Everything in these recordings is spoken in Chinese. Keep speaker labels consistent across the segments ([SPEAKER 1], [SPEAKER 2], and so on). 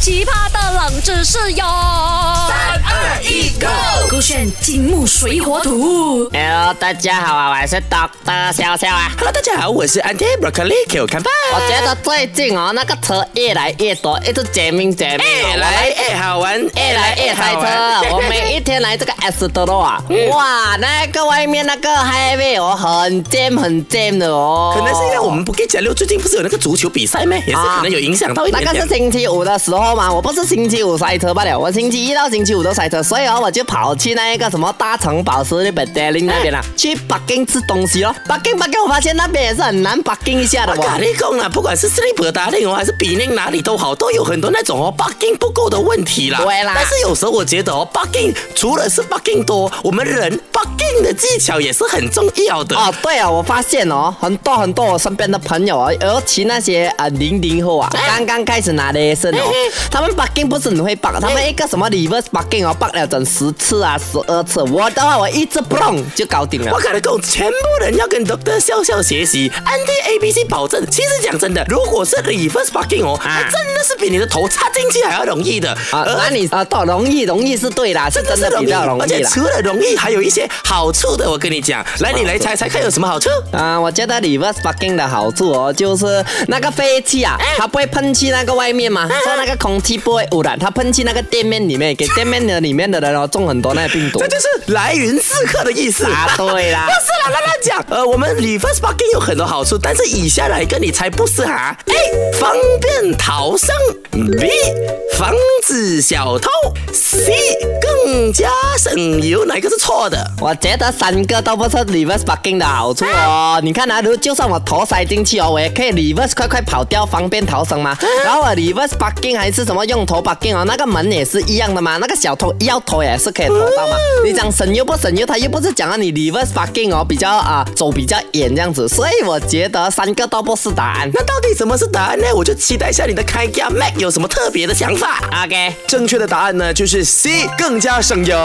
[SPEAKER 1] 奇葩的冷知识哟！三
[SPEAKER 2] 二一，Go！
[SPEAKER 1] 勾选金木水火土。
[SPEAKER 3] Hello，大哎家好啊，我是 Doctor 笑笑啊。
[SPEAKER 2] Hello，大家好，我是 Andy Broccoli，给我看吧。
[SPEAKER 3] 我觉得最近哦，那个车越来越多，一直解命解命，
[SPEAKER 2] 越来越好玩，
[SPEAKER 3] 越哎来哎啊越塞车。我每一天来 这个 S 多罗啊，哇，那个外面那个 highway 哦，很 jam 很 jam 的哦。
[SPEAKER 2] 可能是因为我们不给交流，最近不是有那个足球比赛吗？也是可能有影响到一点
[SPEAKER 3] 那个
[SPEAKER 2] 点
[SPEAKER 3] 是。星期五的时候嘛，我不是星期五塞车罢了，我星期一到星期五都塞车，所以哦，我就跑去那一个什么大城堡市那边 d a l i n 那边啦，啊哎去 Bucking 吃东西咯。Bucking Bucking，我发现那边也是很难 Bucking 一下的
[SPEAKER 2] 我
[SPEAKER 3] 哦。
[SPEAKER 2] 跟你讲啊，不管是斯里伯达令哦，还是比令哪里都好，都有很多那种哦 bugging 不够的问题啦。
[SPEAKER 3] 对啦
[SPEAKER 2] 但是有时候我觉得哦，bugging 除了是 bugging 多，我们人 bugging 的技巧也是很重要的。
[SPEAKER 3] 哦，对哦，我发现哦，很多很多我身边的朋友哦，尤其那些啊零零后啊，刚刚开始拿 lesson 哦，他们 bucking 不是很会 bug，他们一个什么 reverse bucking 哦，bug 了整十次啊，十二次，我的话我一直 b r o n 就搞定了
[SPEAKER 2] 我。跟你讲，全部人要跟 Doctor 笑笑学习，Anti ABC 保证。其实讲真的，如果是 reverse parking 哦，还真的是比你的头插进去还要容易的。
[SPEAKER 3] 啊，
[SPEAKER 2] 而
[SPEAKER 3] 那你啊，到容易容易是对啦，是真
[SPEAKER 2] 是
[SPEAKER 3] 的比较容
[SPEAKER 2] 而
[SPEAKER 3] 易
[SPEAKER 2] 且
[SPEAKER 3] 啦。
[SPEAKER 2] 除了容易，还有一些好处的。我跟你讲，来，你来猜猜看有什么好处？
[SPEAKER 3] 啊、我觉得 reverse parking 的好处哦，就是那个废气啊，它不会喷去那个外面嘛，所以那个空气不会污染，它喷去那个店面里面，给店面的里面的人哦中很多那个 病毒
[SPEAKER 2] 这。就是来云刺客的意思
[SPEAKER 3] 啊，对啦
[SPEAKER 2] 不是啦，乱乱讲。呃，我们 reverse parking 有很多好处，但是以下哪一个你猜不是啊？A. 方便逃生，B. 防止小偷，C. 更加省油，哪一个是错的？
[SPEAKER 3] 我觉得三个都不是 reverse parking 的好处哦。你看啊，如就算我头塞进去哦，我也可以 reverse 快快跑掉，方便逃生嘛。然后我啊 reverse parking 还是什么用头 parking 哦，那个门也是一样的嘛，那个小偷要偷也是可以偷到嘛。你讲省又不省又，他又不是讲啊你 reverse parking 哦，比较啊、走比较远这样子，所以我觉得三个都不是答案。
[SPEAKER 2] 那到底什么是答案呢？我就期待一下你的开价 Mac 有什么特别的想法。
[SPEAKER 3] OK，
[SPEAKER 2] 正确的答案呢，就是 C，更加省油。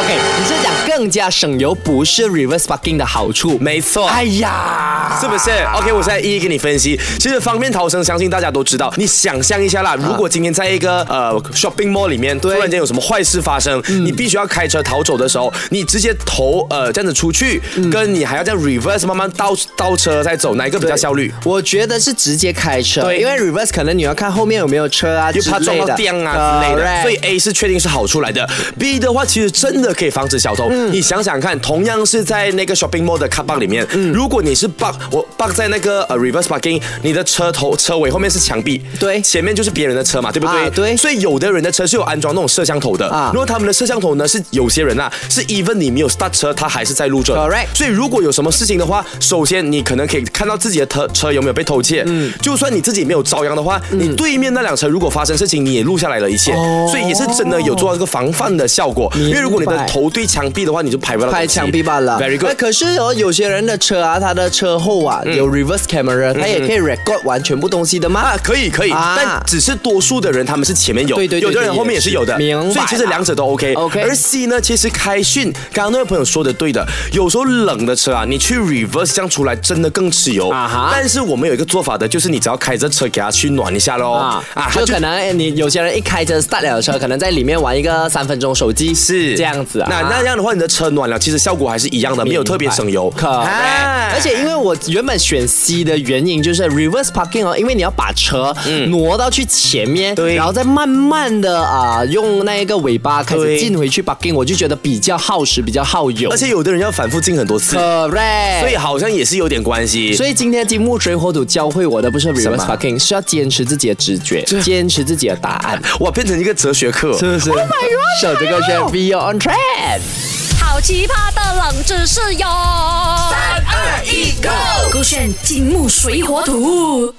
[SPEAKER 3] OK，你是讲更加省油，不是 reverse parking 的好处？
[SPEAKER 4] 没错。
[SPEAKER 2] 哎呀，
[SPEAKER 4] 是不是？OK，我现在一一给你分析。其实方便逃生，相信大家都知道。你想象一下啦，如果今天在一个呃 shopping mall 里面，突然间有什么坏事发生，你必须要开车逃走的时候，你直接头呃这样子出去，跟你还要这样 reverse 慢慢倒倒车再走，哪 一个比较效率？
[SPEAKER 5] 我觉得是直接开车，
[SPEAKER 4] 对
[SPEAKER 5] 因为 reverse 可能你要看后面有没有车啊，
[SPEAKER 4] 又怕
[SPEAKER 5] 之
[SPEAKER 4] 撞
[SPEAKER 5] 类
[SPEAKER 4] 到
[SPEAKER 5] 的
[SPEAKER 4] 电啊之类的，
[SPEAKER 5] Correct
[SPEAKER 4] 所以 A 是确定是好处来的。B 的话，其实真的可以防止小偷。
[SPEAKER 5] 嗯
[SPEAKER 4] 你想想看，同样是在那个 shopping mall 的 car park 里面，
[SPEAKER 5] 嗯
[SPEAKER 4] 如果你是 bug，我 bug 在那个呃 reverse parking，你的车头车尾后面是墙壁，
[SPEAKER 5] 对
[SPEAKER 4] 前面就是别人的车嘛，对不对？
[SPEAKER 5] 啊对
[SPEAKER 4] 所以有的人的车是有安装那种摄像头的，
[SPEAKER 5] 啊
[SPEAKER 4] 如果他们的摄像头呢是有些人啊，是 even 你没有 start 车，他还是在路这。
[SPEAKER 5] Correct
[SPEAKER 4] 所以如果有什么事情的话，首先你可能可以看到自己的车车有没有被偷窃，嗯，就算你自己没有遭殃的话，
[SPEAKER 5] 嗯
[SPEAKER 4] 你对面那辆车如果发生事情，你也录下来了一切，
[SPEAKER 5] 哦
[SPEAKER 4] 所以也是真的有做到一个防范的效果。因为如果你的头对墙壁的话，你就拍不到东西
[SPEAKER 5] 拍墙壁罢了。
[SPEAKER 4] Very
[SPEAKER 5] 那
[SPEAKER 4] good。嗯
[SPEAKER 5] 可是哦，有些人的车啊，他的车后啊有 reverse camera，他也可以 record 完全部东西的嘛
[SPEAKER 4] 啊，。可以可以，
[SPEAKER 5] 啊
[SPEAKER 4] 但只是多数的人他们是前面有，
[SPEAKER 5] 对对对
[SPEAKER 4] 有的人
[SPEAKER 5] 对
[SPEAKER 4] 后面也是有的，
[SPEAKER 5] 明白了
[SPEAKER 4] 所以其实两者都 OK。
[SPEAKER 5] OK
[SPEAKER 4] 而 C 呢，其实开训，刚刚那位朋友说的对的，有时候冷的车啊，你去 reverse 这样出来真的更吃油。
[SPEAKER 5] 啊哈
[SPEAKER 4] 但是我们有一个做法的，就是你只要开着车给它去暖一下喽。
[SPEAKER 5] 啊
[SPEAKER 4] 啊，它
[SPEAKER 5] 就可能哎你有些人一开车 start 了车，可能在里面玩一个三分钟手机，
[SPEAKER 4] 是
[SPEAKER 5] 这样子啊。
[SPEAKER 4] 那那样的话，你的车暖了，其实效果还是一样的，没有特别省油。
[SPEAKER 5] 可、
[SPEAKER 4] 啊
[SPEAKER 5] 而且因为我原本选 C 的原因就是 reverse parking 哦，因为你要把车挪到去前面，
[SPEAKER 4] 嗯对
[SPEAKER 5] 然后再慢慢的啊、用那一个尾巴开始
[SPEAKER 4] 对
[SPEAKER 5] 进回去 parking，我就觉得比较耗时，比较耗油。
[SPEAKER 4] 而且有的人要反复进很多次，
[SPEAKER 5] correct，
[SPEAKER 4] 所以啊好像也是有点关系。
[SPEAKER 5] 所以今天金木水火土教会我的不是
[SPEAKER 4] 什么
[SPEAKER 5] reverse parking，是要坚持自己的直觉，坚持自己的答案，
[SPEAKER 4] 哇，变成一个哲学课。
[SPEAKER 5] 是不是？Oh my god！守这个圈 b e on track。
[SPEAKER 1] 好奇葩的冷知识哟！三二一，Go！勾选金木水火土。